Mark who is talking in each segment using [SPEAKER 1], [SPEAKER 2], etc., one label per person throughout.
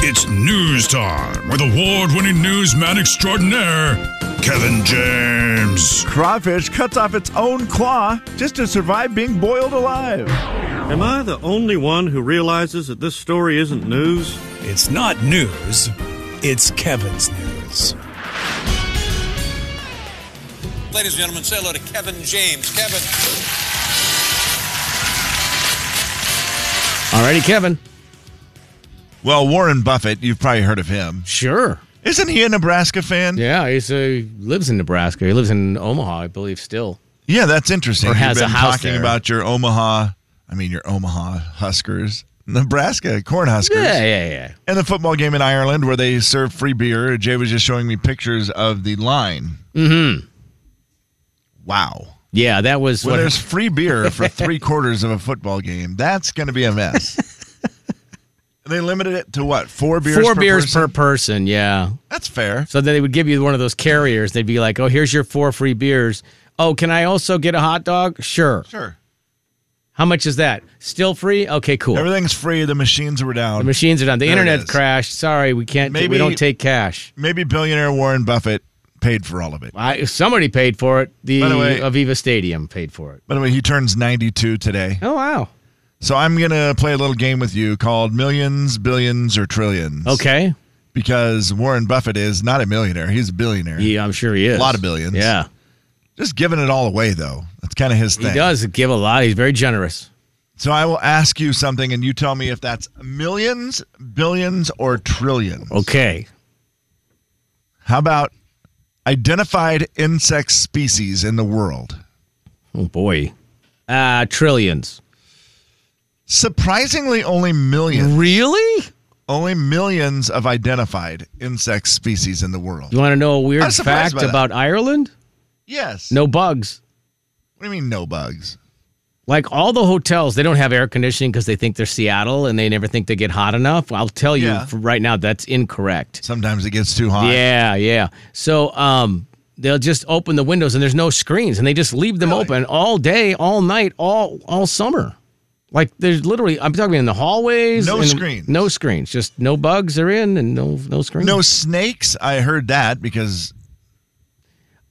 [SPEAKER 1] It's news time with award winning newsman extraordinaire, Kevin James.
[SPEAKER 2] Crawfish cuts off its own claw just to survive being boiled alive.
[SPEAKER 3] Am I the only one who realizes that this story isn't news?
[SPEAKER 4] It's not news, it's Kevin's news.
[SPEAKER 5] Ladies and gentlemen, say hello to Kevin James. Kevin.
[SPEAKER 6] All righty, Kevin.
[SPEAKER 2] Well, Warren Buffett, you've probably heard of him.
[SPEAKER 6] Sure.
[SPEAKER 2] Isn't he a Nebraska fan?
[SPEAKER 6] Yeah, he's, uh, he lives in Nebraska. He lives in Omaha, I believe, still.
[SPEAKER 2] Yeah, that's interesting.
[SPEAKER 6] Or has
[SPEAKER 2] You've
[SPEAKER 6] a
[SPEAKER 2] been
[SPEAKER 6] house
[SPEAKER 2] talking
[SPEAKER 6] there.
[SPEAKER 2] about your Omaha, I mean your Omaha Huskers, Nebraska Cornhuskers,
[SPEAKER 6] Yeah, yeah, yeah.
[SPEAKER 2] and the football game in Ireland where they serve free beer. Jay was just showing me pictures of the line. Mm-hmm. Wow.
[SPEAKER 6] Yeah, that was
[SPEAKER 2] When
[SPEAKER 6] what.
[SPEAKER 2] there's free beer for three quarters of a football game, that's going to be a mess. And they limited it to what? Four beers.
[SPEAKER 6] four
[SPEAKER 2] per
[SPEAKER 6] beers
[SPEAKER 2] person?
[SPEAKER 6] per person, yeah.
[SPEAKER 2] That's fair.
[SPEAKER 6] So then they would give you one of those carriers. They'd be like, oh, here's your four free beers. Oh, can I also get a hot dog? Sure.
[SPEAKER 2] Sure.
[SPEAKER 6] How much is that? Still free? Okay, cool.
[SPEAKER 2] Everything's free. The machines were down.
[SPEAKER 6] the machines are done. The
[SPEAKER 2] There it
[SPEAKER 6] internet
[SPEAKER 2] is.
[SPEAKER 6] crashed. Sorry, we can't.
[SPEAKER 2] Maybe-
[SPEAKER 6] we don't take cash.
[SPEAKER 2] Maybe billionaire Warren Buffett paid for all of it.
[SPEAKER 6] I, somebody paid for it. The,
[SPEAKER 2] By the way-
[SPEAKER 6] Aviva Stadium paid for it.
[SPEAKER 2] By the way, he turns 92 today.
[SPEAKER 6] Oh wow.
[SPEAKER 2] So I'm going to play a little game with you called Millions, Billions, or Trillions.
[SPEAKER 6] Okay.
[SPEAKER 2] Because Warren Buffett is not a millionaire, he's a billionaire.
[SPEAKER 6] Yeah, I'm sure he is.
[SPEAKER 2] A lot of billions.
[SPEAKER 6] Yeah,
[SPEAKER 2] Just giving it all away, though. That's kind of his
[SPEAKER 6] he
[SPEAKER 2] thing.
[SPEAKER 6] does give a lot. He's very generous.
[SPEAKER 2] So I will ask you something, and you tell me if that's millions, billions, or trillions.
[SPEAKER 6] Okay.
[SPEAKER 2] How about identified insect species in the world?
[SPEAKER 6] Oh boy. Uh trillions.
[SPEAKER 2] Surprisingly, only millions.
[SPEAKER 6] Really?
[SPEAKER 2] Only millions of identified insect species in the world.
[SPEAKER 6] You want to know a
[SPEAKER 2] I
[SPEAKER 6] weird
[SPEAKER 2] was surprised
[SPEAKER 6] fact
[SPEAKER 2] by that.
[SPEAKER 6] about Ireland?
[SPEAKER 2] Yes.
[SPEAKER 6] No bugs.
[SPEAKER 2] What do you mean, no bugs?
[SPEAKER 6] Like all the hotels, they don't have air conditioning because they think they're Seattle and they never think they get hot enough. I'll tell you
[SPEAKER 2] Yeah.
[SPEAKER 6] for right now that's incorrect.
[SPEAKER 2] Sometimes it gets too hot.
[SPEAKER 6] Yeah, yeah. So um they'll just open the windows and there's no screens and they just leave them
[SPEAKER 2] Really?
[SPEAKER 6] open all day, all night, all all summer. Like there's literally I'm talking in the hallways.
[SPEAKER 2] No
[SPEAKER 6] and-
[SPEAKER 2] screens.
[SPEAKER 6] No screens. Just no bugs are in and no no screens.
[SPEAKER 2] No snakes. I heard that because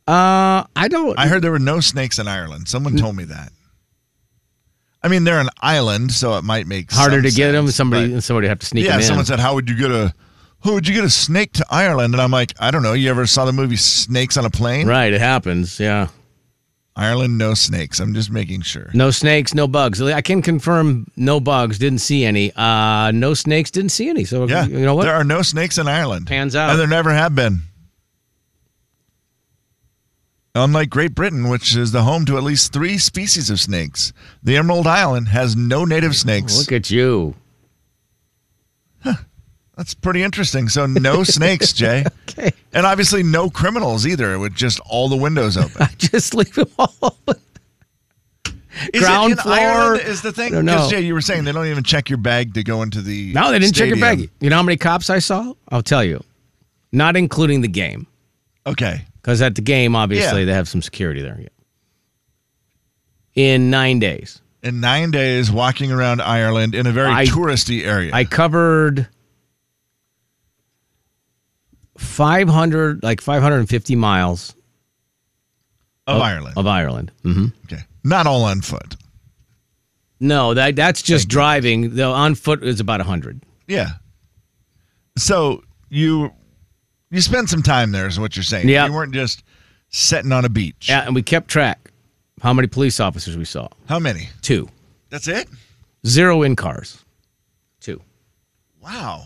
[SPEAKER 6] Uh I don't
[SPEAKER 2] I heard there were no snakes in Ireland. Someone told me that. I mean, they're an island, so it might make
[SPEAKER 6] harder
[SPEAKER 2] some
[SPEAKER 6] to get them.
[SPEAKER 2] sense,
[SPEAKER 6] Somebody
[SPEAKER 2] but-
[SPEAKER 6] somebody have to sneak
[SPEAKER 2] yeah,
[SPEAKER 6] them in.
[SPEAKER 2] someone said, "How would you get a? Who would you get a snake to Ireland?" And I'm like, "I don't know. You ever saw the movie Snakes on a Plane?
[SPEAKER 6] right, it happens. Yeah.
[SPEAKER 2] Ireland, no snakes. I'm just making sure.
[SPEAKER 6] No snakes, no bugs. I can confirm no bugs, didn't see any. Uh no snakes, didn't see any. So
[SPEAKER 2] Yeah,
[SPEAKER 6] you know what?
[SPEAKER 2] There are no snakes in Ireland.
[SPEAKER 6] Pans out.
[SPEAKER 2] and there never have been. Unlike Great Britain, which is the home to at least three species of snakes, the Emerald Island has no native snakes.
[SPEAKER 6] Look at you.
[SPEAKER 2] That's pretty interesting. So no snakes, Jay,
[SPEAKER 6] Okay.
[SPEAKER 2] and obviously no criminals either. With just all the windows open.
[SPEAKER 6] Just leave them all open.
[SPEAKER 2] Is
[SPEAKER 6] Ground
[SPEAKER 2] it in
[SPEAKER 6] floor?
[SPEAKER 2] Ireland is the
[SPEAKER 6] I
[SPEAKER 2] thing
[SPEAKER 6] don't know.
[SPEAKER 2] because Jay, you were saying they don't even check your bag to go into the.
[SPEAKER 6] No, they didn't check your
[SPEAKER 2] stadium.
[SPEAKER 6] baggie. You know how many cops I saw? I'll tell you. Not including the game,
[SPEAKER 2] Okay,
[SPEAKER 6] because at the game, obviously,
[SPEAKER 2] Yeah.
[SPEAKER 6] they have some security there. In nine days,
[SPEAKER 2] in nine days walking around Ireland in a very
[SPEAKER 6] I-
[SPEAKER 2] touristy area.
[SPEAKER 6] I covered 500, like 550 miles
[SPEAKER 2] of Ireland.
[SPEAKER 6] of Ireland. hmm
[SPEAKER 2] okay, not all on foot.
[SPEAKER 6] No, that that's just driving. Though on foot is about 100.
[SPEAKER 2] Yeah. So you you spent some time there, is what you're saying.
[SPEAKER 6] Yeah.
[SPEAKER 2] You weren't just sitting on a beach.
[SPEAKER 6] Yeah, and we kept track how many police officers we saw.
[SPEAKER 2] How many?
[SPEAKER 6] Two.
[SPEAKER 2] That's it.
[SPEAKER 6] Zero in cars. Two.
[SPEAKER 2] Wow.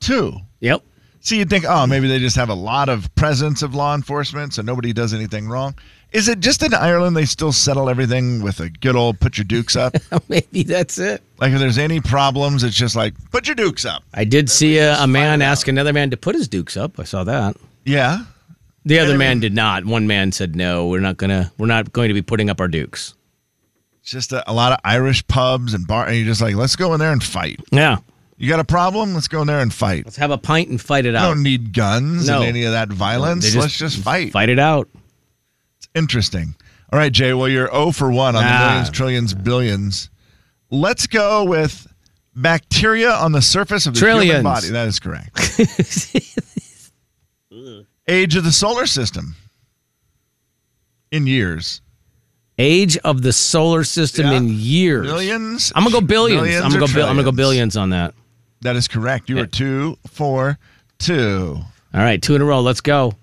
[SPEAKER 2] Two.
[SPEAKER 6] Yep.
[SPEAKER 2] So you'd think, oh, maybe they just have a lot of presence of law enforcement, so nobody does anything wrong. Is it just in Ireland they still settle everything with a good old put your dukes up?
[SPEAKER 6] Maybe that's it.
[SPEAKER 2] like if there's any problems, it's just like put your dukes up.
[SPEAKER 6] I did see a, a man ask another man to put his dukes up. I saw that.
[SPEAKER 2] Yeah.
[SPEAKER 6] The other
[SPEAKER 2] I
[SPEAKER 6] man did not. One man said, "No, we're not gonna. We're not going to be putting up our dukes."
[SPEAKER 2] It's just a, a lot of Irish pubs and bar, and you're just like, let's go in there and fight.
[SPEAKER 6] Yeah.
[SPEAKER 2] You got a problem? Let's go in there and fight.
[SPEAKER 6] Let's have a pint and fight it
[SPEAKER 2] I
[SPEAKER 6] out.
[SPEAKER 2] don't need guns
[SPEAKER 6] No.
[SPEAKER 2] and any of that violence.
[SPEAKER 6] They just-
[SPEAKER 2] Let's just fight.
[SPEAKER 6] Fight it out.
[SPEAKER 2] It's interesting. All right, Jay. Well, you're 0 for 1 oh on the
[SPEAKER 6] Ah.
[SPEAKER 2] millions, trillions, billions. Let's go with bacteria on the surface of the
[SPEAKER 6] Trillions.
[SPEAKER 2] human body. That is correct. Age of the solar system in years.
[SPEAKER 6] Age of the solar system
[SPEAKER 2] Yeah.
[SPEAKER 6] in years.
[SPEAKER 2] Millions?
[SPEAKER 6] I'm gonna go billions.
[SPEAKER 2] Millions
[SPEAKER 6] I'm gonna
[SPEAKER 2] or
[SPEAKER 6] go. Bi- I'm gonna go
[SPEAKER 2] trillions?
[SPEAKER 6] billions on that.
[SPEAKER 2] That is correct. You are two, four, two.
[SPEAKER 6] All right, two in a row. Let's go.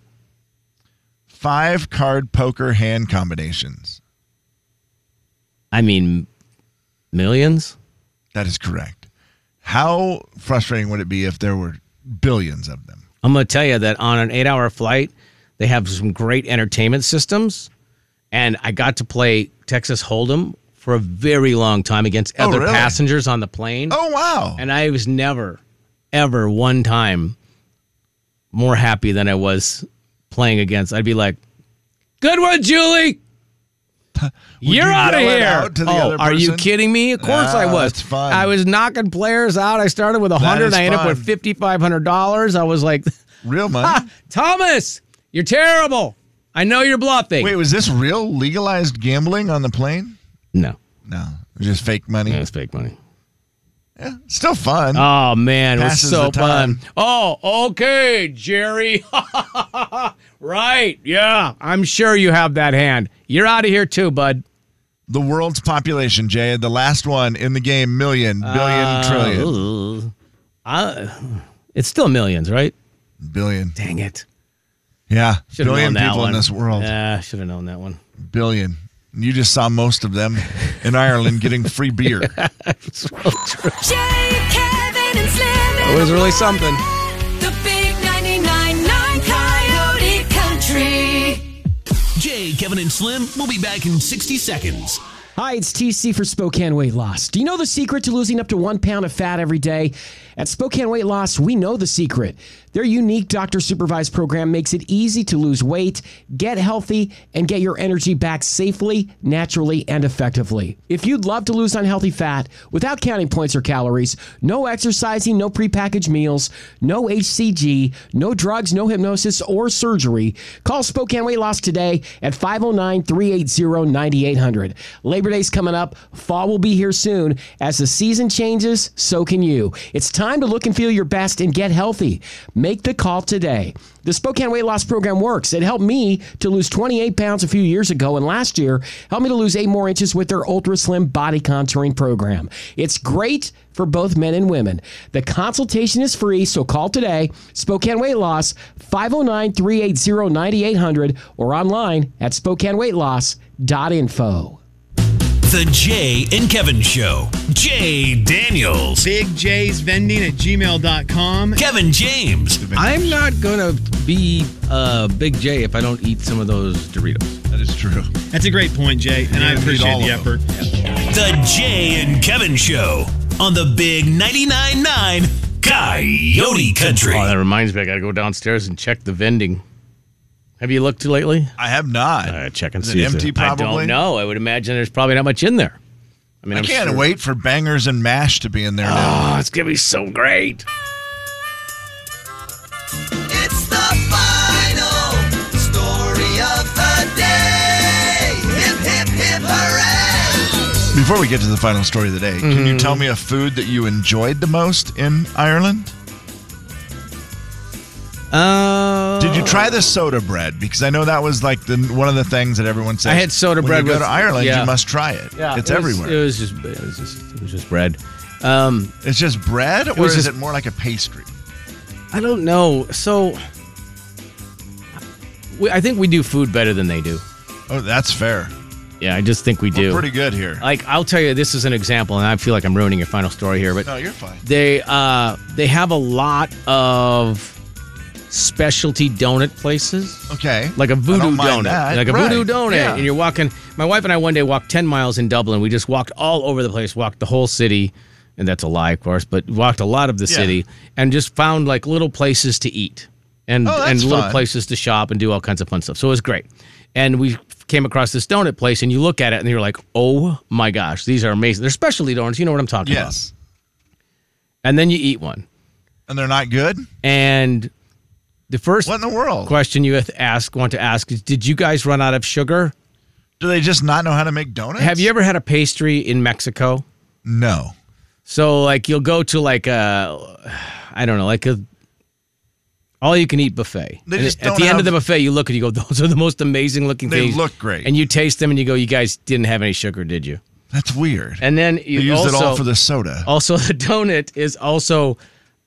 [SPEAKER 2] Five card poker hand combinations.
[SPEAKER 6] I mean, millions.
[SPEAKER 2] That is correct. How frustrating would it be if there were billions of them?
[SPEAKER 6] I'm gonna tell you that on an eight-hour flight, they have some great entertainment systems, and I got to play Texas Hold'em for a very long time against
[SPEAKER 2] Oh,
[SPEAKER 6] other
[SPEAKER 2] really?
[SPEAKER 6] passengers on the plane.
[SPEAKER 2] Oh, wow.
[SPEAKER 6] And I was never, ever one time more happy than I was playing against. I'd be like, good one, Julie. You're
[SPEAKER 2] you
[SPEAKER 6] out of
[SPEAKER 2] yell it
[SPEAKER 6] here.
[SPEAKER 2] out to the
[SPEAKER 6] oh,
[SPEAKER 2] other
[SPEAKER 6] are you
[SPEAKER 2] person?
[SPEAKER 6] kidding me? Of course I
[SPEAKER 2] Ah,
[SPEAKER 6] was.
[SPEAKER 2] that's fun.
[SPEAKER 6] I was knocking players out. I started with a
[SPEAKER 2] is
[SPEAKER 6] 100 I ended up
[SPEAKER 2] fun.
[SPEAKER 6] with $5,500. I was like,
[SPEAKER 2] Real money?
[SPEAKER 6] Thomas, you're terrible. I know you're bluffing.
[SPEAKER 2] Wait, was this real legalized gambling on the plane?
[SPEAKER 6] No,
[SPEAKER 2] No, it was just fake money.
[SPEAKER 6] that's fake money.
[SPEAKER 2] Still fun.
[SPEAKER 6] Oh man, it was
[SPEAKER 2] Passes
[SPEAKER 6] so
[SPEAKER 2] the time.
[SPEAKER 6] fun. Oh, okay, Jerry. right. Yeah. I'm sure you have that hand. You're out of here too, bud.
[SPEAKER 2] the world's population, Jay, the last one in the game, million, billion, trillion,
[SPEAKER 6] Uh, Ooh. I- it's still millions, right?
[SPEAKER 2] billion.
[SPEAKER 6] Dang it.
[SPEAKER 2] Yeah,
[SPEAKER 6] Should've known
[SPEAKER 2] billion
[SPEAKER 6] that
[SPEAKER 2] people
[SPEAKER 6] one.
[SPEAKER 2] in this world.
[SPEAKER 6] Yeah, should have known that one.
[SPEAKER 2] Billion. You just saw most of them in Ireland getting free beer.
[SPEAKER 7] Jay, Kevin, and Slim.
[SPEAKER 6] It was really something.
[SPEAKER 7] The big 99.9 Coyote Country.
[SPEAKER 8] Jay, Kevin, and Slim will be back in 60 seconds.
[SPEAKER 9] Hi, it's TC for Spokane Weight Loss. Do you know the secret to losing up to one pound of fat every day? At Spokane Weight Loss, we know the secret. Their unique doctor supervised program makes it easy to lose weight, get healthy, and get your energy back safely, naturally, and effectively. If you'd love to lose unhealthy fat without counting points or calories, no exercising, no prepackaged meals, no HCG, no drugs, no hypnosis or surgery, call Spokane Weight Loss today at 509 380 9800. Labor Day's coming up. Fall will be here soon. As the season changes, so can you. It's time to look and feel your best and get healthy. Make the call today. The Spokane Weight Loss Program works. It helped me to lose 28 pounds a few years ago, and last year helped me to lose eight more inches with their Ultra Slim Body Contouring Program. It's great for both men and women. The consultation is free, so call today. Spokane Weight Loss, 509 380 9800, or online at SpokaneWeightLoss.info.
[SPEAKER 8] The Jay and Kevin Show. Jay Daniels,
[SPEAKER 10] Big J's Vending at gmail.com.
[SPEAKER 8] Kevin James,
[SPEAKER 6] I'm not gonna be uh, Big J if I don't eat some of those Doritos.
[SPEAKER 2] that is true.
[SPEAKER 10] That's a great point, Jay, and I
[SPEAKER 2] need all
[SPEAKER 10] appreciate the
[SPEAKER 2] of
[SPEAKER 10] effort.
[SPEAKER 2] them.
[SPEAKER 8] The Jay and Kevin Show on the Big 99.9 9 Coyote Country.
[SPEAKER 6] Oh, that reminds me, I gotta go downstairs and check the vending. Have you looked lately?
[SPEAKER 2] I have not.
[SPEAKER 6] Uh, check and
[SPEAKER 2] Is it
[SPEAKER 6] see. if
[SPEAKER 2] empty,
[SPEAKER 6] there- I
[SPEAKER 2] probably?
[SPEAKER 6] don't know. I would imagine there's probably not much in there. I mean,
[SPEAKER 2] I
[SPEAKER 6] I'm
[SPEAKER 2] can't
[SPEAKER 6] sure-
[SPEAKER 2] wait for bangers and mash to be in there now.
[SPEAKER 6] Oh, it's gonna be so great.
[SPEAKER 11] It's the final story of the day. Hip, hip, hip, hooray!
[SPEAKER 6] Oh.
[SPEAKER 2] Before we get to the final story of the day, can
[SPEAKER 6] Mm-hmm.
[SPEAKER 2] you tell me a food that you enjoyed the most in Ireland?
[SPEAKER 6] Uh,
[SPEAKER 2] Did you try the soda bread? Because I know that was like the one of the things that everyone says.
[SPEAKER 6] I had soda
[SPEAKER 2] when
[SPEAKER 6] bread
[SPEAKER 2] You go
[SPEAKER 6] with-
[SPEAKER 2] to Ireland,
[SPEAKER 6] yeah.
[SPEAKER 2] you must try it. Yeah, it's
[SPEAKER 6] it was-
[SPEAKER 2] everywhere.
[SPEAKER 6] It was just, it was just, it was just bread. Um,
[SPEAKER 2] it's just bread, or
[SPEAKER 6] was
[SPEAKER 2] is
[SPEAKER 6] just-
[SPEAKER 2] it more like a pastry?
[SPEAKER 6] I don't know. So, we, I think we do food better than they do.
[SPEAKER 2] Oh, that's fair.
[SPEAKER 6] Yeah, I just think we
[SPEAKER 2] We're
[SPEAKER 6] do.
[SPEAKER 2] pretty good here.
[SPEAKER 6] like, I'll tell you, this is an example, and I feel like I'm ruining your final story here, but
[SPEAKER 2] no, you're fine.
[SPEAKER 6] they uh, they have a lot of specialty donut places.
[SPEAKER 2] Okay,
[SPEAKER 6] like a
[SPEAKER 2] I
[SPEAKER 6] voodoo
[SPEAKER 2] don't mind
[SPEAKER 6] donut,
[SPEAKER 2] that.
[SPEAKER 6] like a
[SPEAKER 2] Right.
[SPEAKER 6] voodoo donut.
[SPEAKER 2] Yeah.
[SPEAKER 6] And you're walking. My wife and I one day walked ten miles in Dublin. We just walked all over the place, walked the whole city, and that's a lie, of course, but walked a lot of the
[SPEAKER 2] Yeah.
[SPEAKER 6] city and just found like little places to eat and
[SPEAKER 2] Oh, that's
[SPEAKER 6] and little
[SPEAKER 2] fun.
[SPEAKER 6] places to shop and do all kinds of fun stuff. So it was great. And we came across this donut place, and you look at it, and you're like, "Oh my gosh, these are amazing! They're specialty donuts. You know what I'm talking about."
[SPEAKER 2] yes,
[SPEAKER 6] And then you eat one,
[SPEAKER 2] and they're not good.
[SPEAKER 6] and the first
[SPEAKER 2] What in the world?
[SPEAKER 6] question you have to ask, want to ask, is, did you guys run out of sugar?
[SPEAKER 2] Do they just not know how to make donuts?
[SPEAKER 6] Have you ever had a pastry in Mexico?
[SPEAKER 2] No.
[SPEAKER 6] So like you'll go to like a, I don't know, like a all you can eat buffet.
[SPEAKER 2] They
[SPEAKER 6] And
[SPEAKER 2] just
[SPEAKER 6] at
[SPEAKER 2] don't
[SPEAKER 6] the end of
[SPEAKER 2] have-
[SPEAKER 6] the buffet, you look and you go, those are the most amazing looking
[SPEAKER 2] They
[SPEAKER 6] things.
[SPEAKER 2] look great.
[SPEAKER 6] and you taste them and you go, you guys didn't have any sugar, did you?
[SPEAKER 2] That's weird.
[SPEAKER 6] And then
[SPEAKER 2] They
[SPEAKER 6] you
[SPEAKER 2] used
[SPEAKER 6] also,
[SPEAKER 2] it all for the soda.
[SPEAKER 6] Also, the donut is also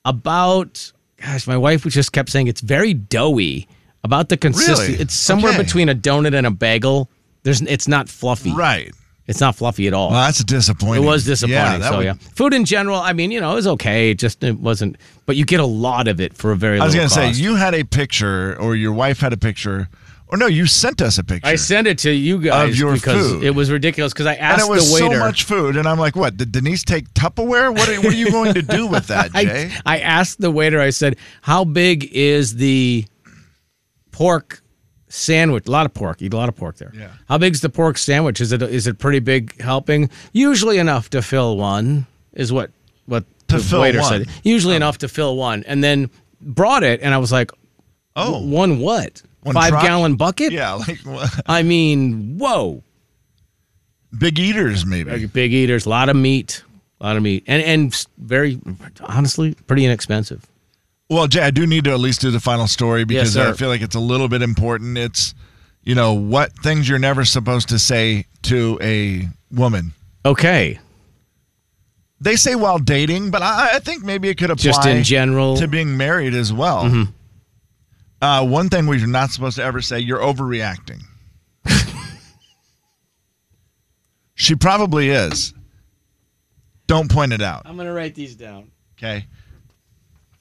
[SPEAKER 6] about. Gosh, my wife just kept saying it's very doughy. About the consistency,
[SPEAKER 2] Really?
[SPEAKER 6] it's somewhere
[SPEAKER 2] Okay.
[SPEAKER 6] between a donut and a bagel. There's, it's not fluffy.
[SPEAKER 2] Right.
[SPEAKER 6] It's not fluffy at all.
[SPEAKER 2] Well, that's disappointing.
[SPEAKER 6] It was disappointing.
[SPEAKER 2] Yeah, that
[SPEAKER 6] so
[SPEAKER 2] would-
[SPEAKER 6] yeah, food in general. I mean, you know, it was okay. It just it wasn't. But you get a lot of it for a very.
[SPEAKER 2] I was going
[SPEAKER 6] little
[SPEAKER 2] to say,
[SPEAKER 6] cost.
[SPEAKER 2] you had a picture, or your wife had a picture, or no, you sent us a picture.
[SPEAKER 6] I sent it to you guys
[SPEAKER 2] your
[SPEAKER 6] because
[SPEAKER 2] food.
[SPEAKER 6] it was ridiculous. Because I
[SPEAKER 2] and
[SPEAKER 6] asked
[SPEAKER 2] it was
[SPEAKER 6] the waiter.
[SPEAKER 2] so much food, and I'm like, "What? Did Denise take Tupperware? What are, what are you going to do with that, Jay?"
[SPEAKER 6] I, I asked the waiter. I said, "How big is the pork sandwich? A lot of pork. Eat a lot of pork there. Yeah. How big's the pork sandwich? Is it is it pretty big helping? Usually enough to fill one is what what
[SPEAKER 2] To
[SPEAKER 6] the
[SPEAKER 2] fill
[SPEAKER 6] waiter
[SPEAKER 2] one.
[SPEAKER 6] said. Usually enough to fill one, and then brought it, and I was like,
[SPEAKER 2] Oh.
[SPEAKER 6] one what?
[SPEAKER 2] One
[SPEAKER 6] Five
[SPEAKER 2] truck?
[SPEAKER 6] gallon bucket?
[SPEAKER 2] yeah, like what?
[SPEAKER 6] I mean, whoa."
[SPEAKER 2] big eaters, maybe.
[SPEAKER 6] Like big eaters, a lot of meat, a lot of meat, and and very honestly, pretty inexpensive.
[SPEAKER 2] Well, Jay, I do need to at least do the final story because
[SPEAKER 6] sir.
[SPEAKER 2] I feel like it's a little bit important. It's, you know, what things you're never supposed to say to a woman.
[SPEAKER 6] Okay,
[SPEAKER 2] They say while dating, but I, I think maybe it could apply
[SPEAKER 6] Just in general.
[SPEAKER 2] to being married as well. Uh, one thing we're not supposed to ever say: you're overreacting. she probably is. Don't point it out.
[SPEAKER 6] I'm gonna write these down.
[SPEAKER 2] Okay.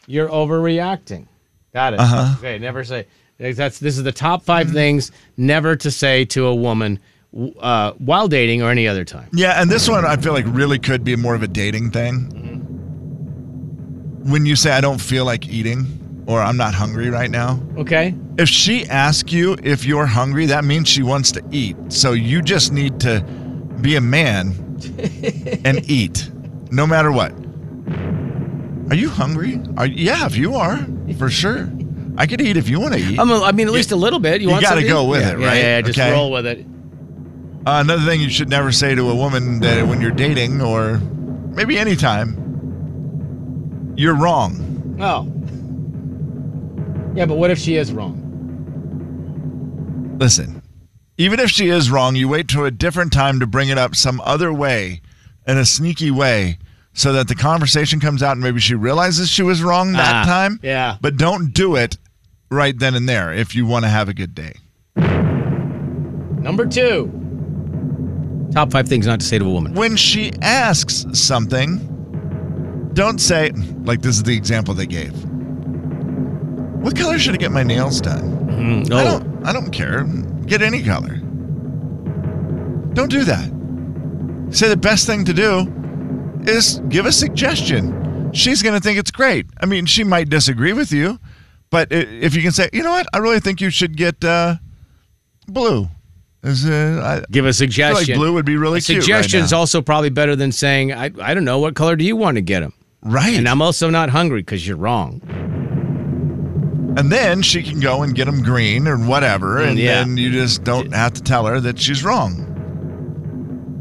[SPEAKER 6] You're overreacting. Got it.
[SPEAKER 2] Uh-huh.
[SPEAKER 6] Okay, never say. That's this is the top 5
[SPEAKER 2] Mm-hmm.
[SPEAKER 6] things never to say to a woman w- uh, while dating or any other time.
[SPEAKER 2] Yeah, and this one I feel like really could be more of a dating thing. When you say I don't feel like eating or I'm not hungry right now,
[SPEAKER 6] Okay.
[SPEAKER 2] if she asks you if you're hungry, that means she wants to eat. So you just need to be a man and eat no matter what. Are you hungry? Are, yeah, if you are, for sure. I could eat if you want to eat.
[SPEAKER 6] I'm a, I mean, at least a little bit. You,
[SPEAKER 2] you
[SPEAKER 6] want
[SPEAKER 2] gotta
[SPEAKER 6] something?
[SPEAKER 2] go with
[SPEAKER 6] Yeah,
[SPEAKER 2] it,
[SPEAKER 6] yeah,
[SPEAKER 2] right?
[SPEAKER 6] Yeah, just
[SPEAKER 2] Okay.
[SPEAKER 6] roll with it.
[SPEAKER 2] Uh, another thing you should never say to a woman that when you're dating or maybe anytime, you're wrong.
[SPEAKER 6] Oh. Yeah, but what if she is wrong?
[SPEAKER 2] Listen, even if she is wrong, you wait till a different time to bring it up some other way, in a sneaky way, so that the conversation comes out and maybe she realizes she was wrong that
[SPEAKER 6] Ah,
[SPEAKER 2] time.
[SPEAKER 6] yeah.
[SPEAKER 2] But don't do it right then and there if you want to have a good day.
[SPEAKER 6] Number two. Top five things not to say to a woman.
[SPEAKER 2] when she asks something, don't say, like this is the example they gave. What color should I get my nails done? I
[SPEAKER 6] Oh.
[SPEAKER 2] don't I don't care. Get any color. Don't do that. Say the best thing to do is give a suggestion. She's going to think it's great. I mean, she might disagree with you, but i- if you can say, "You know what? I really think you should get uh, blue." Is uh, I,
[SPEAKER 6] Give a suggestion.
[SPEAKER 2] I feel like blue would be really
[SPEAKER 6] A
[SPEAKER 2] cute.
[SPEAKER 6] suggestion's
[SPEAKER 2] right
[SPEAKER 6] also probably better than saying, I, I don't know, what color do you want to get them?
[SPEAKER 2] now. right.
[SPEAKER 6] And I'm also not hungry because you're wrong.
[SPEAKER 2] and then she can go and get them green or whatever, and
[SPEAKER 6] Mm, yeah.
[SPEAKER 2] then you just don't have to tell her that she's wrong.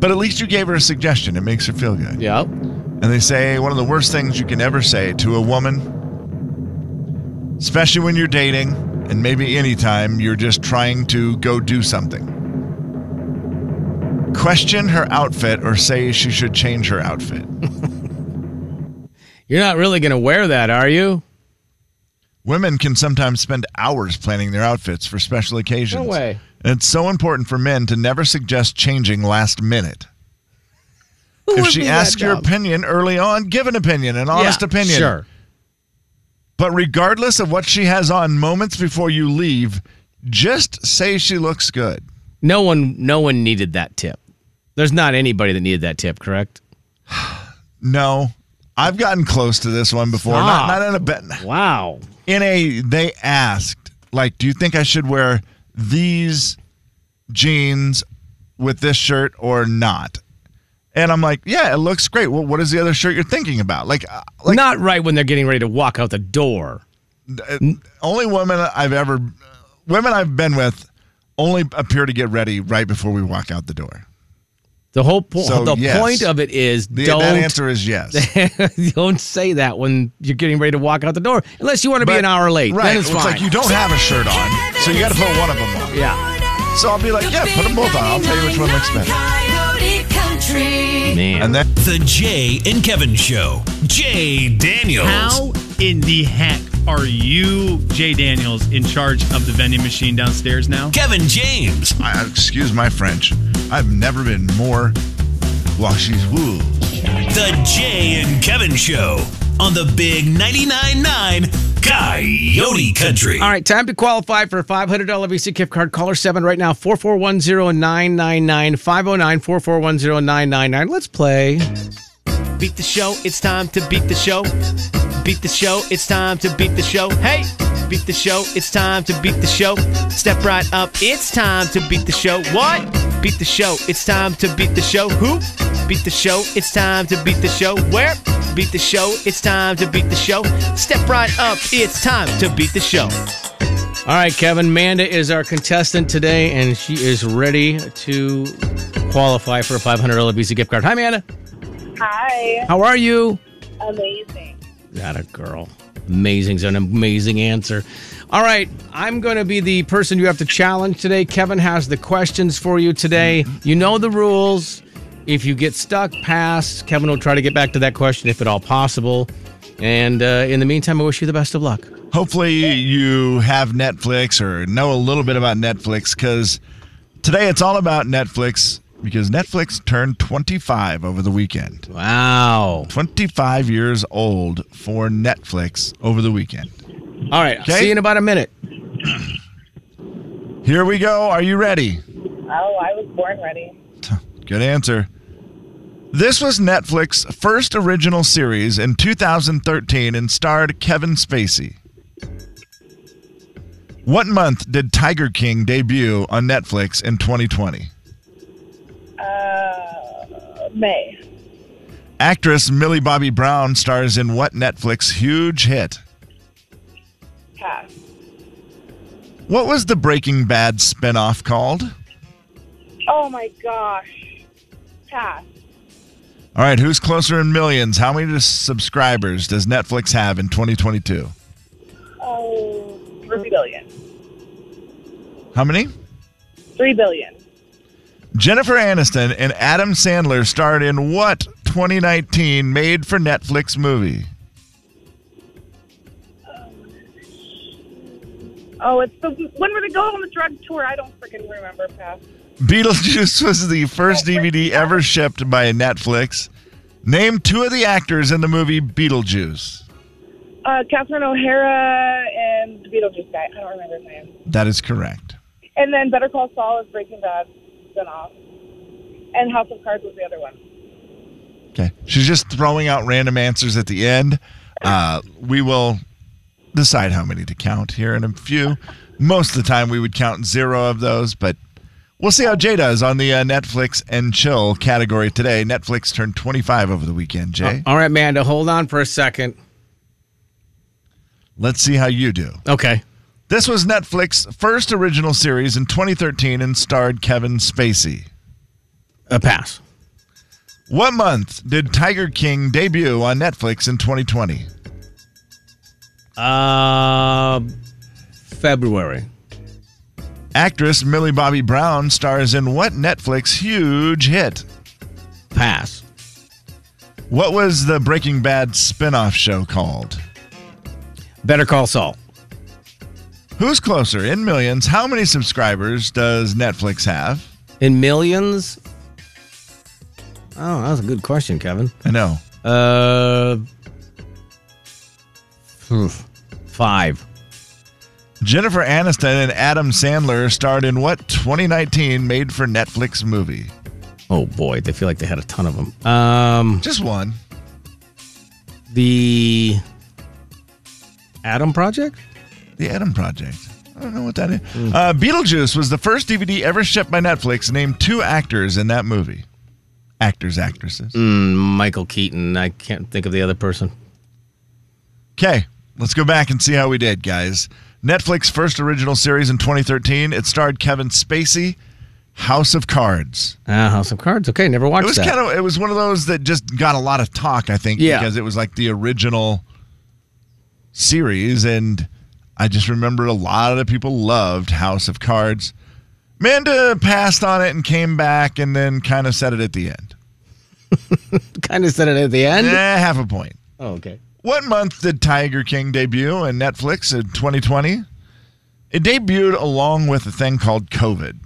[SPEAKER 2] But at least you gave her a suggestion. It makes her feel good.
[SPEAKER 6] Yep.
[SPEAKER 2] And they say one of the worst things you can ever say to a woman, especially when you're dating and maybe anytime you're just trying to go do something. Question her outfit or say she should change her outfit.
[SPEAKER 6] You're not really going to wear that, are you?
[SPEAKER 2] Women can sometimes spend hours planning their outfits for special occasions.
[SPEAKER 6] No way.
[SPEAKER 2] And it's so important for men to never suggest changing last minute. if she asks your opinion early on, give an opinion, an honest
[SPEAKER 6] Yeah,
[SPEAKER 2] opinion.
[SPEAKER 6] Sure.
[SPEAKER 2] But regardless of what she has on moments before you leave, just say she looks good.
[SPEAKER 6] No one, no one needed that tip. There's not anybody that needed that tip, correct?
[SPEAKER 2] No, I've gotten close to this one before. Not,
[SPEAKER 6] Stop.
[SPEAKER 2] not in a bet.
[SPEAKER 6] Wow.
[SPEAKER 2] in a they asked like do you think i should wear these jeans with this shirt or not and i'm like yeah it looks great well what is the other shirt you're thinking about like, uh, like
[SPEAKER 6] not right when they're getting ready to walk out the door.
[SPEAKER 2] only women i've ever women i've been with only appear to get ready right before we walk out the door
[SPEAKER 6] The whole point.
[SPEAKER 2] So,
[SPEAKER 6] the
[SPEAKER 2] yes.
[SPEAKER 6] point of it is
[SPEAKER 2] The-
[SPEAKER 6] don't.
[SPEAKER 2] that answer is yes.
[SPEAKER 6] don't say that when you're getting ready to walk out the door, unless you want to be
[SPEAKER 2] But-
[SPEAKER 6] an hour late.
[SPEAKER 2] Right.
[SPEAKER 6] Then it's
[SPEAKER 2] it's
[SPEAKER 6] fine.
[SPEAKER 2] like you don't have a shirt on, so you got to put one of them on.
[SPEAKER 6] Yeah.
[SPEAKER 2] So I'll be like, yeah, put them both on. I'll tell you which one looks better.
[SPEAKER 7] Coyote Country.
[SPEAKER 2] And then
[SPEAKER 8] the Jay and Kevin Show. Jay Daniels.
[SPEAKER 10] How in the heck are you, Jay Daniels, in charge of the vending machine downstairs now?
[SPEAKER 8] Kevin James.
[SPEAKER 2] I, excuse my French. I've never been more washies woo.
[SPEAKER 8] The Jay and Kevin Show on the Big 99.9 9 Coyote Country.
[SPEAKER 6] All right, time to qualify for a $500 Visa gift card. Caller 7 right now, 4410999, 509-4410999. Let's play.
[SPEAKER 12] Beat the show, it's time to beat the show. Beat the show, it's time to beat the show. Hey! Beat the show, it's time to beat the show. Step right up, it's time to beat the show. What? Beat the show, it's time to beat the show. Who? Beat the show, it's time to beat the show. Where? Beat the show, it's time to beat the show. Step right up, it's time to beat the show.
[SPEAKER 6] All right, Kevin, Manda is our contestant today, and she is ready to qualify for a $500 Visa gift card. Hi, Manda.
[SPEAKER 13] Hi.
[SPEAKER 6] How are you?
[SPEAKER 13] Amazing.
[SPEAKER 6] That a girl. Amazing's an amazing answer. All right, I'm going to be the person you have to challenge today. Kevin has the questions for you today. You know the rules. If you get stuck, pass. Kevin will try to get back to that question if at all possible. And uh, in the meantime, I wish you the best of luck.
[SPEAKER 2] Hopefully you have Netflix or know a little bit about Netflix because today it's all about Netflix because Netflix turned 25 over the weekend.
[SPEAKER 6] Wow.
[SPEAKER 2] 25 years old for Netflix over the weekend.
[SPEAKER 6] All right. See you in about a minute.
[SPEAKER 2] Here we go. Are you ready?
[SPEAKER 13] Oh, I was born ready.
[SPEAKER 2] Good answer. This was Netflix's first original series in 2013 and starred Kevin Spacey. What month did Tiger King debut on Netflix in 2020?
[SPEAKER 13] Uh, May.
[SPEAKER 2] Actress Millie Bobby Brown stars in what Netflix huge hit?
[SPEAKER 13] Pass.
[SPEAKER 2] What was the Breaking Bad spinoff called?
[SPEAKER 13] Oh my gosh. Pass.
[SPEAKER 2] All right, who's closer in millions? How many subscribers does Netflix have in 2022?
[SPEAKER 13] Oh, three billion.
[SPEAKER 2] How many?
[SPEAKER 13] Three billion.
[SPEAKER 2] Jennifer Aniston and Adam Sandler starred in what 2019 made for Netflix movie?
[SPEAKER 13] Oh, it's the when were they going on the drug tour? I don't freaking remember. Pass.
[SPEAKER 2] Beetlejuice was the first DVD ever shipped by Netflix. Name two of the actors in the movie Beetlejuice.
[SPEAKER 13] Uh, Catherine O'Hara and the Beetlejuice guy. I don't remember his name.
[SPEAKER 2] That is correct.
[SPEAKER 13] And then Better Call Saul is Breaking Bad spinoff. And House of Cards was the other one.
[SPEAKER 2] Okay. She's just throwing out random answers at the end. Uh, we will decide how many to count here in a few. Most of the time, we would count zero of those, but we'll see how Jay does on the uh, Netflix and chill category today. Netflix turned 25 over the weekend, Jay.
[SPEAKER 6] All right, Amanda, hold on for a second.
[SPEAKER 2] Let's see how you do.
[SPEAKER 6] Okay.
[SPEAKER 2] This was Netflix's first original series in 2013 and starred Kevin Spacey.
[SPEAKER 6] A Uh, pass.
[SPEAKER 2] What month did Tiger King debut on Netflix in 2020?
[SPEAKER 6] Uh, February.
[SPEAKER 2] Actress Millie Bobby Brown stars in what Netflix huge hit?
[SPEAKER 6] Pass.
[SPEAKER 2] What was the Breaking Bad spin-off show called?
[SPEAKER 6] Better Call Saul.
[SPEAKER 2] Who's closer in millions? How many subscribers does Netflix have?
[SPEAKER 6] In millions? Oh, that was a good question, Kevin.
[SPEAKER 2] I know.
[SPEAKER 6] Uh, oof, five.
[SPEAKER 2] Jennifer Aniston and Adam Sandler starred in what 2019 made for Netflix movie?
[SPEAKER 6] Oh boy, they feel like they had a ton of them. Um,
[SPEAKER 2] just one.
[SPEAKER 6] The Adam Project.
[SPEAKER 2] The Adam Project. I don't know what that is. Uh, Beetlejuice was the first DVD ever shipped by Netflix. Name two actors in that movie. Actors, actresses.
[SPEAKER 6] Mm, Michael Keaton. I can't think of the other person.
[SPEAKER 2] Okay, let's go back and see how we did, guys. Netflix first original series in 2013. It starred Kevin Spacey. House of Cards.
[SPEAKER 6] Ah, House of Cards. Okay, never watched
[SPEAKER 2] It was
[SPEAKER 6] that.
[SPEAKER 2] kind of it was one of those that just got a lot of talk, I think,
[SPEAKER 6] Yeah.
[SPEAKER 2] because it was like the original series and I just remember a lot of people loved House of Cards. Amanda passed on it and came back and then kind of said it at the end.
[SPEAKER 6] kind of said it at the end?
[SPEAKER 2] Yeah, half a point.
[SPEAKER 6] Oh, okay.
[SPEAKER 2] What month did Tiger King debut on Netflix in 2020? It debuted along with a thing called COVID.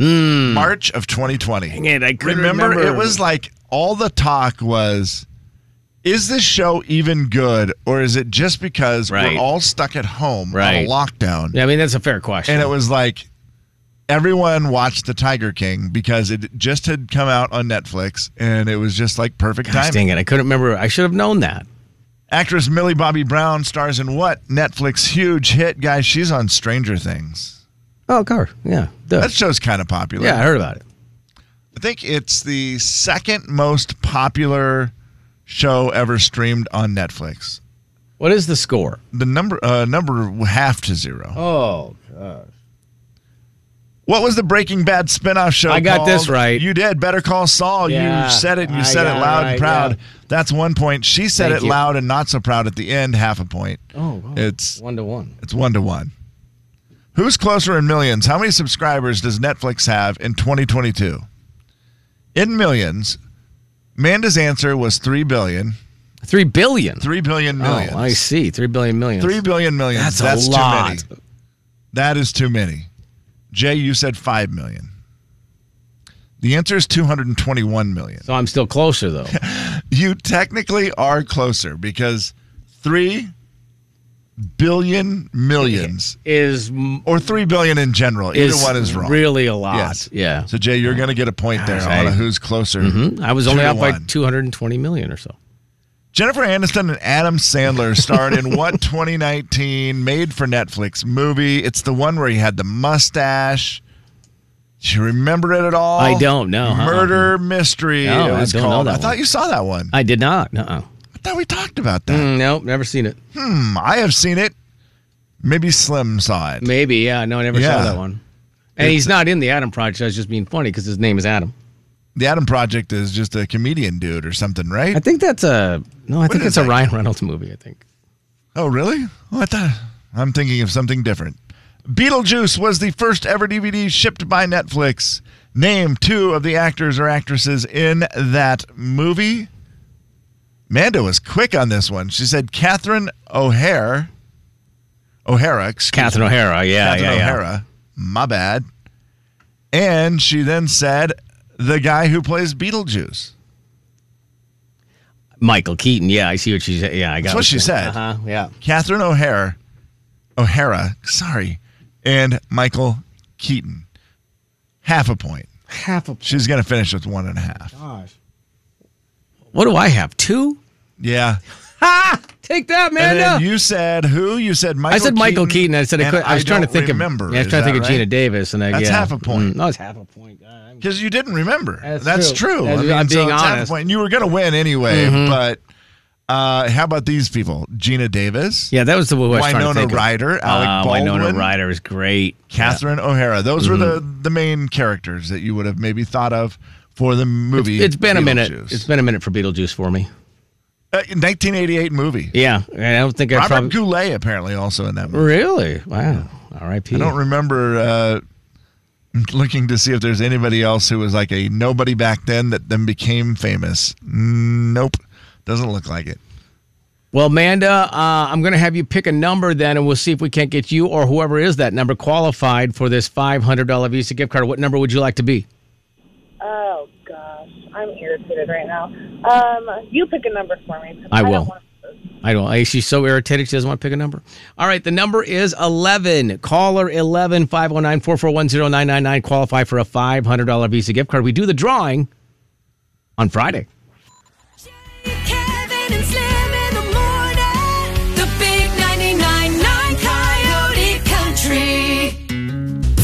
[SPEAKER 2] March of 2020. Dang
[SPEAKER 6] it, I couldn't remember.
[SPEAKER 2] it was like all the talk was is this show even good or is it just because
[SPEAKER 6] Right.
[SPEAKER 2] we're all stuck at home on
[SPEAKER 6] Right.
[SPEAKER 2] a lockdown?
[SPEAKER 6] Yeah, I mean, that's a fair question.
[SPEAKER 2] And it was like everyone watched The Tiger King because it just had come out on Netflix and it was just like perfect
[SPEAKER 6] Gosh,
[SPEAKER 2] timing.
[SPEAKER 6] dang it. I couldn't remember. I should have known that.
[SPEAKER 2] Actress Millie Bobby Brown stars in what Netflix huge hit? Guys, she's on Stranger Things.
[SPEAKER 6] Oh, of course. Yeah. duh.
[SPEAKER 2] That show's kind of popular.
[SPEAKER 6] Yeah, I heard about it.
[SPEAKER 2] I think it's the second most popular show ever streamed on Netflix.
[SPEAKER 6] What is the score?
[SPEAKER 2] The number uh, number half to zero.
[SPEAKER 6] Oh, gosh.
[SPEAKER 2] What was the Breaking Bad spinoff show?
[SPEAKER 6] I got this
[SPEAKER 2] called?
[SPEAKER 6] right.
[SPEAKER 2] You did. Better Call Saul.
[SPEAKER 6] Yeah,
[SPEAKER 2] you said it. and You
[SPEAKER 6] I
[SPEAKER 2] said
[SPEAKER 6] got
[SPEAKER 2] it
[SPEAKER 6] it
[SPEAKER 2] loud
[SPEAKER 6] right,
[SPEAKER 2] and proud. That's one point. She said
[SPEAKER 6] Thank
[SPEAKER 2] it
[SPEAKER 6] you.
[SPEAKER 2] loud and not so proud at the end. Half a point.
[SPEAKER 6] Oh, wow.
[SPEAKER 2] It's
[SPEAKER 6] one to one.
[SPEAKER 2] It's one to one. Who's closer in millions? How many subscribers does Netflix have in 2022? In millions, Amanda's answer was 3 billion.
[SPEAKER 6] 3 billion?
[SPEAKER 2] 3 billion millions.
[SPEAKER 6] Oh, I see. 3 billion millions.
[SPEAKER 2] 3 billion millions.
[SPEAKER 6] That's
[SPEAKER 2] That's,
[SPEAKER 6] a
[SPEAKER 2] too
[SPEAKER 6] lot.
[SPEAKER 2] many. That is too many. Jay, you said 5 million. The answer is 221 million.
[SPEAKER 6] So I'm still closer, though.
[SPEAKER 2] You technically are closer because 3 billion millions
[SPEAKER 6] is
[SPEAKER 2] or 3 billion in general. Either one is wrong.
[SPEAKER 6] Really a lot.
[SPEAKER 2] Yes.
[SPEAKER 6] Yeah.
[SPEAKER 2] So Jay, you're going to get a point there
[SPEAKER 6] Gosh, I-
[SPEAKER 2] on who's closer.
[SPEAKER 6] Mhm. I was
[SPEAKER 2] Two
[SPEAKER 6] only
[SPEAKER 2] to
[SPEAKER 6] out by
[SPEAKER 2] one.
[SPEAKER 6] 220 million or so.
[SPEAKER 2] Jennifer Aniston and Adam Sandler starred in what 2019 made for Netflix movie? It's the one where he had the mustache. Do you remember it at all?
[SPEAKER 6] I don't know, uh-uh.
[SPEAKER 2] Murder mystery.
[SPEAKER 6] No,
[SPEAKER 2] it
[SPEAKER 6] I
[SPEAKER 2] was
[SPEAKER 6] don't know
[SPEAKER 2] called.
[SPEAKER 6] that
[SPEAKER 2] I thought
[SPEAKER 6] one.
[SPEAKER 2] you saw that one.
[SPEAKER 6] I did not. Uh-uh.
[SPEAKER 2] I thought we talked about that.
[SPEAKER 6] Mm, nope, never seen it.
[SPEAKER 2] Hmm. I have seen it. Maybe Slim saw it.
[SPEAKER 6] Maybe, yeah. No, I never
[SPEAKER 2] Yeah.
[SPEAKER 6] saw that one. And he's not in the Adam Project. I was just being funny because his name is Adam.
[SPEAKER 2] The Adam Project is just a comedian dude or something, right?
[SPEAKER 6] I think that's a no. I
[SPEAKER 2] What
[SPEAKER 6] think
[SPEAKER 2] is
[SPEAKER 6] it's a
[SPEAKER 2] that?
[SPEAKER 6] Ryan Reynolds movie. I think.
[SPEAKER 2] Oh, really? Oh, I thought I'm thinking of something different. Beetlejuice was the first ever DVD shipped by Netflix. Name two of the actors or actresses in that movie. Manda was quick on this one. She said Catherine O'Hare. O'Hara, excuse
[SPEAKER 6] Catherine
[SPEAKER 2] me.
[SPEAKER 6] O'Hara, yeah,
[SPEAKER 2] Catherine
[SPEAKER 6] yeah, yeah.
[SPEAKER 2] O'Hara. My bad. And she then said the guy who plays Beetlejuice.
[SPEAKER 6] Michael Keaton. Yeah, I see what she said. Yeah, I got
[SPEAKER 2] That's what she
[SPEAKER 6] you're saying.
[SPEAKER 2] said.
[SPEAKER 6] Uh-huh, yeah.
[SPEAKER 2] Catherine O'Hara, O'Hara, sorry, and Michael Keaton. Half a point.
[SPEAKER 6] Half a. Oh.
[SPEAKER 2] She's going to finish with one and a half.
[SPEAKER 6] Gosh. What do I have? Two?
[SPEAKER 2] Yeah.
[SPEAKER 6] Ha! Take that,
[SPEAKER 2] and
[SPEAKER 6] Manda.
[SPEAKER 2] then you said who? You said Michael.
[SPEAKER 6] uh, I said Michael Keaton. I said I,
[SPEAKER 2] and
[SPEAKER 6] could, I was trying to
[SPEAKER 2] don't
[SPEAKER 6] think
[SPEAKER 2] remember.
[SPEAKER 6] of. Yeah, I was
[SPEAKER 2] Is
[SPEAKER 6] trying to think
[SPEAKER 2] that
[SPEAKER 6] of Gina
[SPEAKER 2] right?
[SPEAKER 6] Davis, and I,
[SPEAKER 2] That's
[SPEAKER 6] yeah.
[SPEAKER 2] half a point.
[SPEAKER 6] Mm, no, it's half a point.
[SPEAKER 2] Because you didn't remember.
[SPEAKER 6] That's
[SPEAKER 2] That's,
[SPEAKER 6] true.
[SPEAKER 2] true.
[SPEAKER 6] That's- I'm
[SPEAKER 2] so
[SPEAKER 6] being
[SPEAKER 2] it's half a
[SPEAKER 6] honest.
[SPEAKER 2] point. You were going to win anyway,
[SPEAKER 6] Mhm.
[SPEAKER 2] but uh, how about these people? Gina Davis.
[SPEAKER 6] Yeah, that was the one I was trying to
[SPEAKER 2] Winona
[SPEAKER 6] think of.
[SPEAKER 2] Ryder, Alec
[SPEAKER 6] Ah, Winona
[SPEAKER 2] Baldwin.
[SPEAKER 6] Ryder is great.
[SPEAKER 2] Catherine O'Hara. Those were
[SPEAKER 6] Mm-hmm.
[SPEAKER 2] the the main characters that you would have maybe thought of for the movie.
[SPEAKER 6] It's been a minute.
[SPEAKER 2] Beetlejuice.
[SPEAKER 6] It's been a minute for Beetlejuice for me.
[SPEAKER 2] Uh, 1988 movie.
[SPEAKER 6] Yeah, and I don't think I
[SPEAKER 2] Robert
[SPEAKER 6] probably
[SPEAKER 2] Goulet apparently also in that movie.
[SPEAKER 6] really. Wow. R.I.P.
[SPEAKER 2] I don't remember uh, looking to see if there's anybody else who was like a nobody back then that then became famous. Nope, doesn't look like it.
[SPEAKER 6] Well, Amanda, uh, I'm going to have you pick a number then, and we'll see if we can't get you or whoever is that number qualified for this $500 Visa gift card. What number would you like to be?
[SPEAKER 13] Oh gosh, I'm irritated right now. Um, you pick a number for me. 'cause
[SPEAKER 6] I
[SPEAKER 13] don't
[SPEAKER 6] will.
[SPEAKER 13] wanna-
[SPEAKER 6] I don't. I- She's so irritated she doesn't want to pick a number. All right, the number is 11. Caller oh 11 509 441 999. Qualify for a $500 Visa gift card. We do the drawing on Friday.
[SPEAKER 7] Kevin and Slim in the morning. The big 99.9 Coyote Country.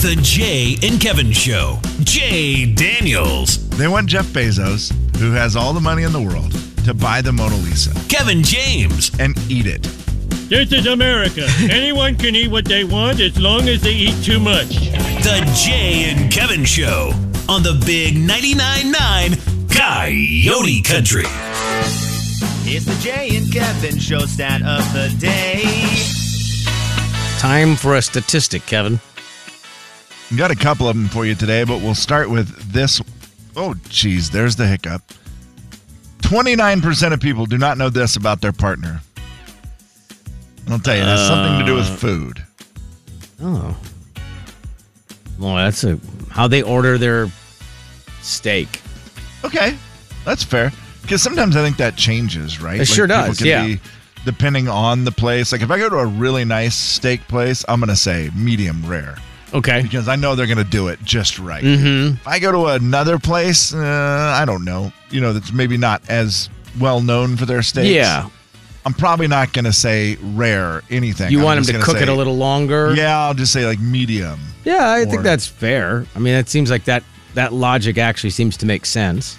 [SPEAKER 8] The Jay and Kevin Show. Jay Daniels.
[SPEAKER 2] They want Jeff Bezos, who has all the money in the world, to buy the Mona Lisa
[SPEAKER 8] Kevin James.
[SPEAKER 2] and eat it.
[SPEAKER 14] This is America. Anyone can eat what they want as long as they eat too much.
[SPEAKER 8] The Jay and Kevin Show on the Big 99.9 9 Coyote Country.
[SPEAKER 12] It's the Jay and Kevin show stat of the day.
[SPEAKER 6] Time for a statistic, Kevin.
[SPEAKER 2] We Got a couple of them for you today, but we'll start with this. Oh, geez, there's the hiccup. 29% of people do not know this about their partner. I'll tell you, it has something to do with
[SPEAKER 6] Uh,
[SPEAKER 2] food.
[SPEAKER 6] Oh. Well, that's a how they order their steak.
[SPEAKER 2] Okay, that's fair. Because sometimes I think that changes, right?
[SPEAKER 6] It sure
[SPEAKER 2] people
[SPEAKER 6] does,
[SPEAKER 2] can
[SPEAKER 6] yeah.
[SPEAKER 2] be- depending on the place, like if I go to a really nice steak place, I'm gonna say medium rare.
[SPEAKER 6] Okay.
[SPEAKER 2] Because I know they're gonna do it just right.
[SPEAKER 6] Mhm.
[SPEAKER 2] If I go to another place, uh, I don't know, you know, that's maybe not as well known for their steaks.
[SPEAKER 6] Yeah.
[SPEAKER 2] I'm probably not gonna say rare anything.
[SPEAKER 6] You
[SPEAKER 2] I'm
[SPEAKER 6] want 'em
[SPEAKER 2] just
[SPEAKER 6] to
[SPEAKER 2] gonna
[SPEAKER 6] cook it
[SPEAKER 2] say-
[SPEAKER 6] a little longer?
[SPEAKER 2] Yeah, I'll just say like medium.
[SPEAKER 6] Yeah, I
[SPEAKER 2] Or-
[SPEAKER 6] think that's fair. I mean, it seems like that that logic actually seems to make sense.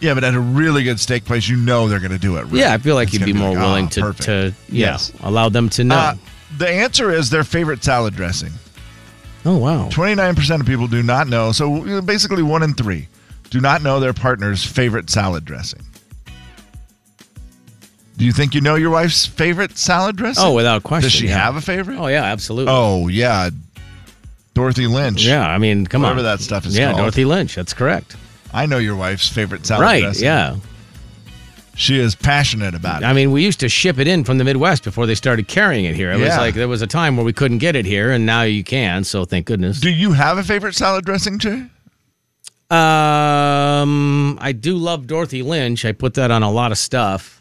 [SPEAKER 2] Yeah, but at a really good steak place, you know they're gonna do it right.
[SPEAKER 6] Yeah, I feel like
[SPEAKER 2] It's
[SPEAKER 6] you'd
[SPEAKER 2] gonna
[SPEAKER 6] be more
[SPEAKER 2] like,
[SPEAKER 6] willing
[SPEAKER 2] "Ah,
[SPEAKER 6] to
[SPEAKER 2] perfect."
[SPEAKER 6] to yeah,
[SPEAKER 2] Yes.
[SPEAKER 6] allow them to know.
[SPEAKER 2] Uh, the answer is their favorite salad dressing.
[SPEAKER 6] Oh wow!
[SPEAKER 2] Twenty nine percent of people do not know. So you know, basically, one in three do not know their partner's favorite salad dressing. Do you think you know your wife's favorite salad dressing?
[SPEAKER 6] oh, without question.
[SPEAKER 2] Does she
[SPEAKER 6] yeah.
[SPEAKER 2] have a favorite?
[SPEAKER 6] Oh yeah, absolutely.
[SPEAKER 2] Oh yeah, Dorothy Lynch.
[SPEAKER 6] Yeah, I mean, come on.
[SPEAKER 2] Whatever that stuff is
[SPEAKER 6] Yeah,
[SPEAKER 2] called.
[SPEAKER 6] Dorothy Lynch. That's correct.
[SPEAKER 2] I know your wife's favorite salad
[SPEAKER 6] right.
[SPEAKER 2] dressing.
[SPEAKER 6] Yeah.
[SPEAKER 2] She is passionate about it.
[SPEAKER 6] I mean, we used to ship it in from the Midwest before they started carrying it here. It was
[SPEAKER 2] Yeah.
[SPEAKER 6] like there was a time where we couldn't get it here, and now you can. So thank goodness.
[SPEAKER 2] Do you have a favorite salad dressing, Jay?
[SPEAKER 6] Um, I do love Dorothy Lynch. I put that on a lot of stuff.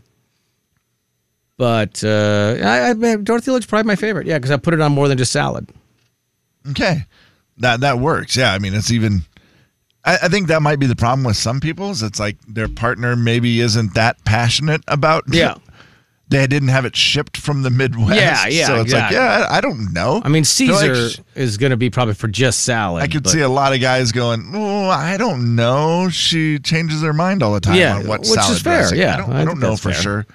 [SPEAKER 6] But uh, I, I, Dorothy Lynch probably my favorite. Yeah, because I put it on more than just salad.
[SPEAKER 2] Okay, that that works. Yeah, I mean, it's even. I, I think that might be the problem with some people is it's like their partner maybe isn't that passionate about.
[SPEAKER 6] Yeah.
[SPEAKER 2] They didn't have it shipped from the Midwest.
[SPEAKER 6] Yeah, yeah,
[SPEAKER 2] So it's
[SPEAKER 6] exactly.
[SPEAKER 2] like, yeah, I I don't know.
[SPEAKER 6] I mean,
[SPEAKER 2] They're like,
[SPEAKER 6] Caesar is going to be probably for just salad.
[SPEAKER 2] I could
[SPEAKER 6] but-
[SPEAKER 2] see a lot of guys going, "Oh, I don't know." She changes her mind all the time
[SPEAKER 6] Yeah,
[SPEAKER 2] on what
[SPEAKER 6] which
[SPEAKER 2] salad
[SPEAKER 6] is fair,
[SPEAKER 2] dressing.
[SPEAKER 6] yeah.
[SPEAKER 2] I don't,
[SPEAKER 6] I
[SPEAKER 2] I don't
[SPEAKER 6] think
[SPEAKER 2] know
[SPEAKER 6] that's
[SPEAKER 2] for
[SPEAKER 6] fair.
[SPEAKER 2] sure.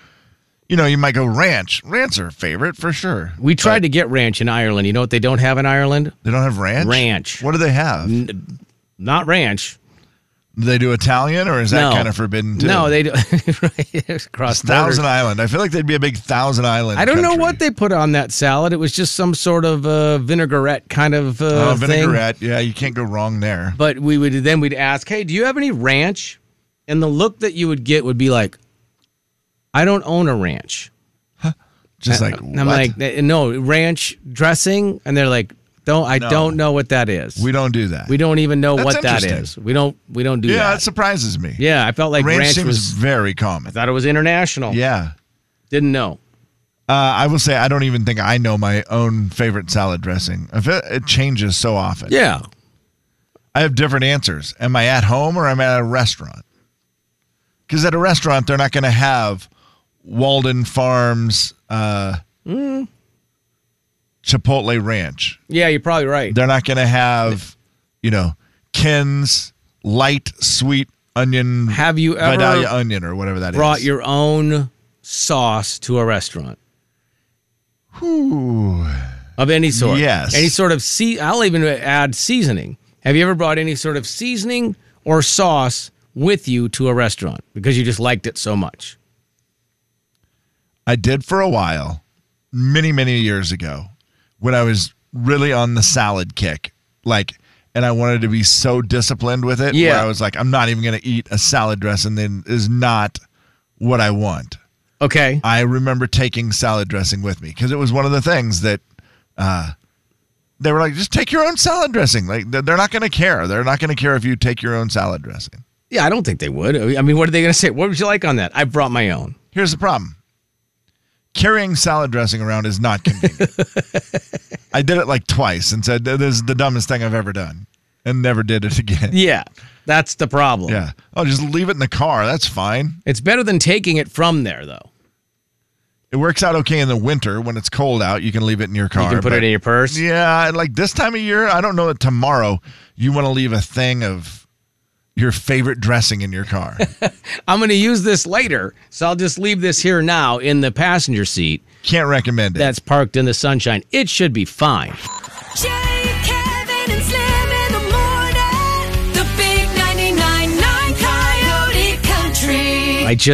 [SPEAKER 2] You know, you might go ranch. Ranch are favorite for sure.
[SPEAKER 6] We tried to get ranch in Ireland. You know what they don't have in Ireland?
[SPEAKER 2] They don't have ranch.
[SPEAKER 6] Ranch.
[SPEAKER 2] What do they have?
[SPEAKER 6] Not ranch.
[SPEAKER 2] Do they do Italian, or is that
[SPEAKER 6] No.
[SPEAKER 2] kind of forbidden too?
[SPEAKER 6] No, they do. right, cross borders.
[SPEAKER 2] Thousand Island. I feel like there'd be a big Thousand Island.
[SPEAKER 6] I don't know
[SPEAKER 2] country.
[SPEAKER 6] what they put on that salad. It was just some sort of uh, vinaigrette kind of uh,
[SPEAKER 2] oh,
[SPEAKER 6] Thing.
[SPEAKER 2] vinaigrette. Yeah, you can't go wrong there.
[SPEAKER 6] But we would then we'd ask, "Hey, do you have any ranch?" And the look that you would get would be like, "I don't own a ranch."
[SPEAKER 2] Just like
[SPEAKER 6] Uh, And I'm
[SPEAKER 2] what?
[SPEAKER 6] like, "No ranch dressing," and they're like, "Don't I
[SPEAKER 2] No.
[SPEAKER 6] don't know what that is.
[SPEAKER 2] we don't do that.
[SPEAKER 6] We don't even know
[SPEAKER 2] That's
[SPEAKER 6] what that
[SPEAKER 2] interesting.
[SPEAKER 6] is. We don't we don't do
[SPEAKER 2] yeah,
[SPEAKER 6] that."
[SPEAKER 2] it surprises me.
[SPEAKER 6] Yeah, I felt like
[SPEAKER 2] ranch,
[SPEAKER 6] ranch,
[SPEAKER 2] seems
[SPEAKER 6] was.
[SPEAKER 2] very
[SPEAKER 6] I
[SPEAKER 2] common.
[SPEAKER 6] thought it was international.
[SPEAKER 2] Yeah.
[SPEAKER 6] didn't know.
[SPEAKER 2] Uh, I will say I don't even think I know my own favorite salad dressing. I feel- It changes so often.
[SPEAKER 6] Yeah,
[SPEAKER 2] I have different answers. Am I at home or am I at a restaurant? Because at a restaurant, they're not going to have Walden Farms uh,
[SPEAKER 6] Hmm.
[SPEAKER 2] Chipotle Ranch.
[SPEAKER 6] yeah, you're probably right.
[SPEAKER 2] They're not going to have, you know, Ken's light sweet onion,
[SPEAKER 6] Have you ever
[SPEAKER 2] Vidalia onion, or whatever that is.
[SPEAKER 6] brought your own sauce to a restaurant
[SPEAKER 2] Ooh.
[SPEAKER 6] of any sort.
[SPEAKER 2] Yes.
[SPEAKER 6] Any sort of sea I'll even add seasoning. Have you ever brought any sort of seasoning or sauce with you to a restaurant because you just liked it so much?
[SPEAKER 2] I did for a while, many, many years ago, when I was really on the salad kick. Like, and I wanted to be so disciplined with it. Where
[SPEAKER 6] Yeah.
[SPEAKER 2] I was like, I'm not even going to eat a salad dressing that is not what I want.
[SPEAKER 6] Okay.
[SPEAKER 2] I remember taking salad dressing with me because it was one of the things that uh, they were like, just take your own salad dressing. Like, they're they're not going to care. They're not going to care if you take your own salad dressing.
[SPEAKER 6] Yeah, I don't think they would. I mean, what are they going to say? What would you like on that? I brought my own.
[SPEAKER 2] Here's the problem. Carrying salad dressing around is not convenient. I did it like twice and said, This is the dumbest thing I've ever done. And never did it again.
[SPEAKER 6] Yeah. That's the problem.
[SPEAKER 2] Yeah. Oh, just leave it in the car. That's fine.
[SPEAKER 6] It's better than taking it from there though.
[SPEAKER 2] It works out okay in the winter when it's cold out. You can leave it in your car.
[SPEAKER 6] you can put
[SPEAKER 2] but-
[SPEAKER 6] it in your purse.
[SPEAKER 2] Yeah. and, Like this time of year, I don't know that tomorrow you want to leave a thing of your favorite dressing in your car.
[SPEAKER 6] I'm going to use this later, so I'll just leave this here now in the passenger seat.
[SPEAKER 2] Can't recommend it.
[SPEAKER 6] that's parked in the sunshine. It should be fine.
[SPEAKER 7] Jay, Kevin, and
[SPEAKER 6] I just